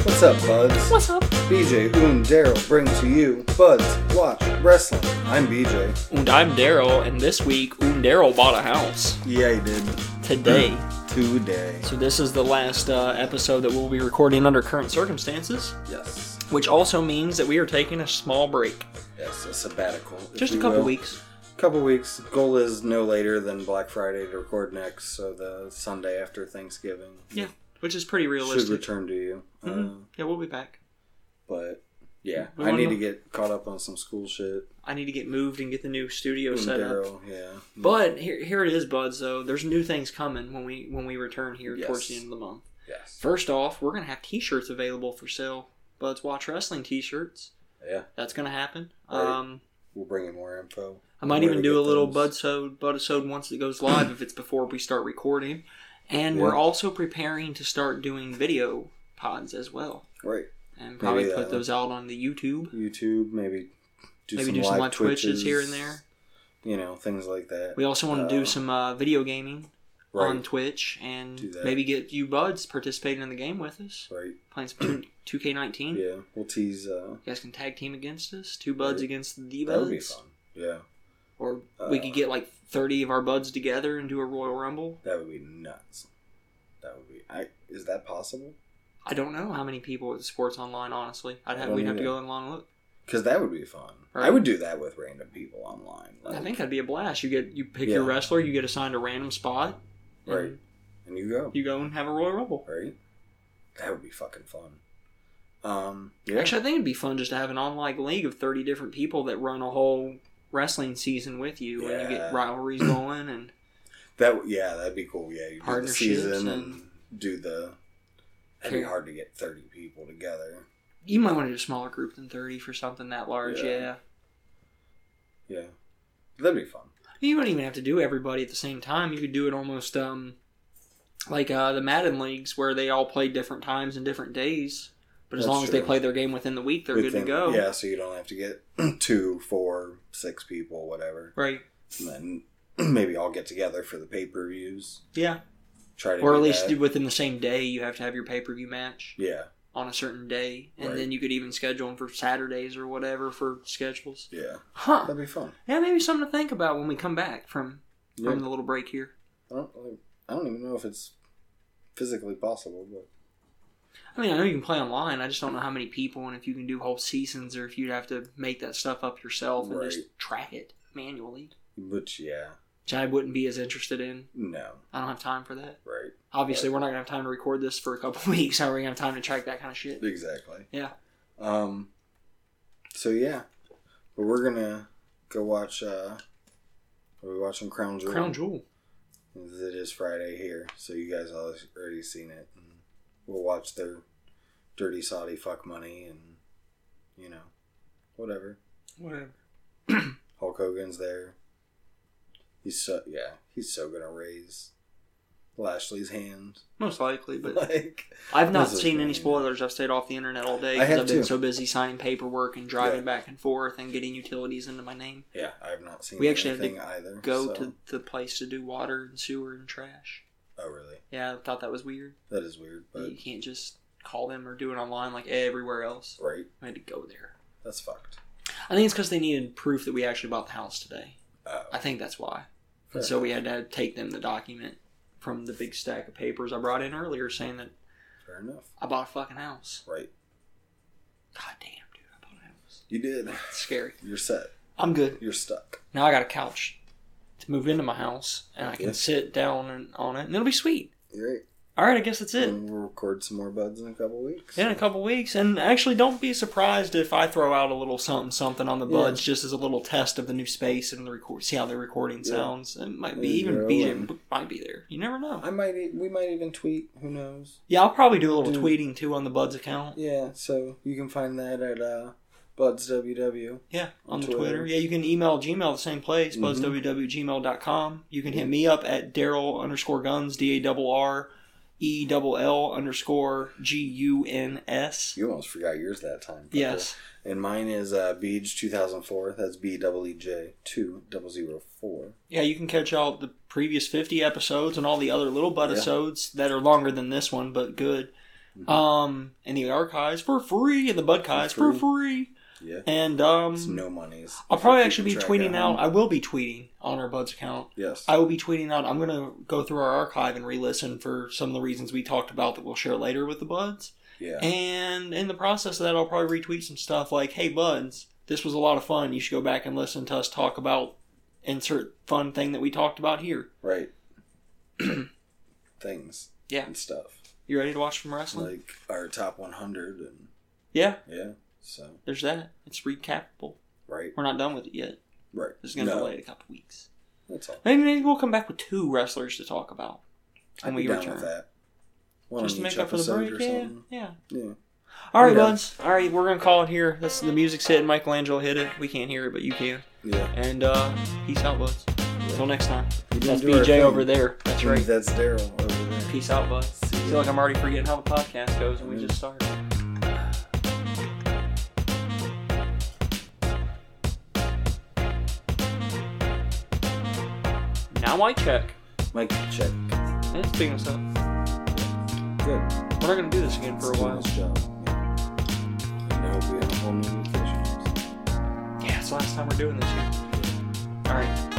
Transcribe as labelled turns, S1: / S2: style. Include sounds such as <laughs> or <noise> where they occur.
S1: What's up, buds?
S2: What's up?
S1: BJ, who, and Daryl bring to you Buds Watch Wrestling. I'm BJ.
S2: And I'm Daryl, and this week, Oom Daryl bought a house
S1: Yeah, he did.
S2: today.
S1: Today.
S2: So this is the last uh, episode that we'll be recording under current circumstances,
S1: Yes.
S2: which also means that we are taking a small break,
S1: Yes, a sabbatical. if
S2: just a
S1: you
S2: couple
S1: will.
S2: weeks.
S1: Couple weeks. Goal is no later than Black Friday to record next, so the Sunday after Thanksgiving.
S2: Yeah, which is pretty
S1: Should
S2: realistic. Mm-hmm.
S1: return to you. Uh,
S2: yeah, we'll be back.
S1: but yeah,
S2: We
S1: I
S2: wanna-
S1: need to get caught up on some school shit.
S2: I need to get moved and get the new studio
S1: Who and
S2: set up.
S1: Daryl, yeah.
S2: But here, here it is, buds. Though there's new things coming when we when we return here
S1: Yes.
S2: towards the end of the month.
S1: Yes.
S2: First off, we're gonna have T-shirts available for sale. Buds Watch Wrestling T-shirts.
S1: Yeah.
S2: That's gonna happen.
S1: Right.
S2: Um,
S1: We'll bring you more info.
S2: I might
S1: Where to
S2: even do
S1: get
S2: a little
S1: those.
S2: budsode budsode once it goes live if it's before we start recording. And we're
S1: Yeah.
S2: also preparing to start doing video pods as well.
S1: Right.
S2: And probably
S1: Maybe,
S2: put
S1: uh,
S2: those out on the YouTube.
S1: YouTube, maybe do
S2: Maybe
S1: some
S2: do
S1: live
S2: some live twitches. here and there.
S1: You know, things like that.
S2: We also want to
S1: Uh,
S2: do some uh, video gaming
S1: right,
S2: on Twitch and
S1: Do that.
S2: maybe get you buds participating in the game with us.
S1: right. <clears throat>
S2: Playing some 2, 2K19. You
S1: Yeah, we'll tease. Uh,
S2: guys can tag team against us. Two buds
S1: Right.
S2: against the
S1: that would be
S2: buds.
S1: fun. Yeah,
S2: Or we
S1: Uh,
S2: could get like 30 of our buds together and do a Royal Rumble.
S1: that would be nuts. That would be. I is that possible?
S2: I don't know how many people it supports online. Honestly, I'd
S1: I
S2: have
S1: don't
S2: we'd have to
S1: either.
S2: go online and look.
S1: Because that would be fun. I
S2: Right.
S1: would do that with random people online.
S2: I
S1: like,
S2: think that'd be a blast. You get you pick your
S1: Yeah.
S2: wrestler, you get assigned a random spot, and
S1: Right. and you go
S2: You go and have a Royal Rumble.
S1: right. That would be fucking fun. Um, yeah,
S2: Actually, I think it'd be fun just to have an online league of thirty different people that run a whole wrestling season with you, and you
S1: Yeah.
S2: get rivalries going. And
S1: that yeah, that'd be cool. Yeah, you do the
S2: Partnerships
S1: season and
S2: and-
S1: do the. That'd be
S2: Sure.
S1: hard to get thirty people together.
S2: you might want to do a smaller group than thirty for something that large.
S1: Yeah.
S2: Yeah.
S1: Yeah, that'd be fun.
S2: you don't even have to do everybody at the same time. You could do it almost um, like uh, the Madden leagues where they all play different times and different days. But as
S1: That's
S2: long as they
S1: true.
S2: play their game within the week, they're
S1: Good
S2: good
S1: thing-
S2: to go.
S1: Yeah, so you don't have to get <clears throat> two, four, six people, whatever.
S2: Right.
S1: And then <clears throat> maybe all get together for the pay per views.
S2: Yeah.
S1: Try to
S2: Or
S1: do
S2: at least
S1: that.
S2: within the same day, you have to have your pay per view match
S1: yeah,
S2: on a certain day, and
S1: Right.
S2: then you could even schedule them for Saturdays or whatever for schedules.
S1: yeah,
S2: Huh?
S1: that'd be fun.
S2: Yeah, maybe something to think about when we come back from
S1: Yeah.
S2: from the little break here.
S1: I don't, really- I don't even know if it's physically possible, but
S2: I mean, I know you can play online. I just don't know how many people and if you can do whole seasons or if you'd have to make that stuff up yourself and just track it manually,
S1: but yeah,
S2: which I wouldn't be as interested in.
S1: no,
S2: I don't have time for that.
S1: right,
S2: Obviously, we're not gonna have time to record this for a couple <laughs> weeks. How are we gonna have time to track that kind of shit?
S1: exactly.
S2: Yeah.
S1: Um. So yeah, but we're gonna go watch. uh Are we watching Crown Jewel?
S2: Crown Jewel.
S1: It is Friday here, so you guys all already seen it. And we'll watch their dirty Saudi fuck money and, you know, whatever.
S2: Whatever.
S1: Hulk Hogan's there. He's so, yeah, he's so gonna raise Lashley's hand. <laughs>
S2: Most likely, but
S1: Like,
S2: I've not
S1: This is
S2: seen
S1: really
S2: any
S1: good.
S2: spoilers. I've stayed off the internet all day
S1: I have
S2: because I've been
S1: too.
S2: so busy signing paperwork and driving
S1: Yeah.
S2: back and forth and getting utilities into my name.
S1: yeah, I've not seen
S2: We actually had to
S1: anything either.
S2: Go
S1: so-
S2: to the place to do water and sewer and trash.
S1: Oh, really?
S2: Yeah, I thought that was weird.
S1: That is weird, but
S2: you can't just call them or do it online like everywhere else.
S1: right,
S2: I had to go there.
S1: that's fucked.
S2: I think it's because they needed proof that we actually bought the house today.
S1: Oh,
S2: I think that's why.
S1: fair
S2: And so we had to take them the document from the big stack of papers I brought in earlier saying that
S1: fair enough.
S2: I bought a fucking house.
S1: Right,
S2: God damn, dude, I bought a house.
S1: you did.
S2: It's scary.
S1: You're set.
S2: I'm good.
S1: You're stuck.
S2: now I got a couch to move into my house, and I can
S1: Yeah.
S2: sit down and, on it, and it'll be sweet.
S1: You're right.
S2: All right, I guess that's it.
S1: And we'll record some more buds in a couple weeks.
S2: Yeah, in a couple weeks, and actually, don't be surprised if I throw out a little something, something on the
S1: Yeah.
S2: buds, just as a little test of the new space and the record, see how the recording
S1: Yeah.
S2: sounds. It might be
S1: There you
S2: even
S1: go,
S2: BJ
S1: and-
S2: b- might be there. You never know.
S1: I might e- we might even tweet. Who knows?
S2: Yeah, I'll probably do a little
S1: Dude.
S2: tweeting too on the buds account.
S1: Yeah. So you can find that at uh, budsww.
S2: Yeah,
S1: On
S2: on, the
S1: Twitter.
S2: Twitter. Yeah, you can email Gmail the same place,
S1: Mhm.
S2: buzzwwgmail.com. You can hit me up at Daryl underscore guns, D A double R E double L underscore G U N S.
S1: You almost forgot yours that time. fucker.
S2: Yes.
S1: And mine is uh, Beej two thousand four. That's B double E J two double zero four.
S2: Yeah, you can catch all the previous 50 episodes and all the other little bud episodes that are longer than this one, but good
S1: Mm-hmm.
S2: Um, and the archives for free, and the budkies for
S1: free.
S2: free.
S1: Yeah.
S2: And
S1: It's
S2: um,
S1: no monies.
S2: I'll probably actually be
S1: Keep track at
S2: tweeting out.
S1: home.
S2: I will be tweeting on our buds account.
S1: Yes.
S2: I will be tweeting out. I'm going to go through our archive and re-listen for some of the reasons we talked about that we'll share later with the buds.
S1: yeah.
S2: And in the process of that, I'll probably retweet some stuff like, "Hey buds, this was a lot of fun. You should go back and listen to us talk about insert fun thing that we talked about here."
S1: Right. <clears throat> Things.
S2: Yeah.
S1: And stuff.
S2: You ready to watch some wrestling?
S1: Like our top 100 and
S2: yeah,
S1: yeah. So,
S2: there's that. It's recapable.
S1: right.
S2: We're not done with it yet.
S1: Right.
S2: This is going to
S1: No,
S2: delay it a couple weeks.
S1: That's all.
S2: Maybe, maybe we'll come back with two wrestlers to talk about
S1: I'd
S2: when
S1: be
S2: we
S1: down
S2: return.
S1: with that. One
S2: Just to
S1: on each
S2: make up for the
S1: episode
S2: break.
S1: or
S2: Yeah,
S1: something.
S2: yeah.
S1: Yeah.
S2: All right,
S1: Yeah.
S2: buds. All right, we're gonna call it here. That's the music's hit. Michelangelo hit it. We can't hear it, but you can.
S1: Yeah.
S2: And uh, peace out, buds. Until next time.
S1: We didn't
S2: That's
S1: do our
S2: BJ
S1: thing.
S2: over there. That's right.
S1: That's Daryl over there.
S2: Peace out, buds. I feel like I'm already forgetting how the podcast goes, and we just started. Now I check.
S1: Mike, check.
S2: And speaking of stuff,
S1: Good.
S2: we're not gonna do this again for a while.
S1: Nice job. And I hope we have a whole new location.
S2: Yeah, it's the last time we're doing this. All right.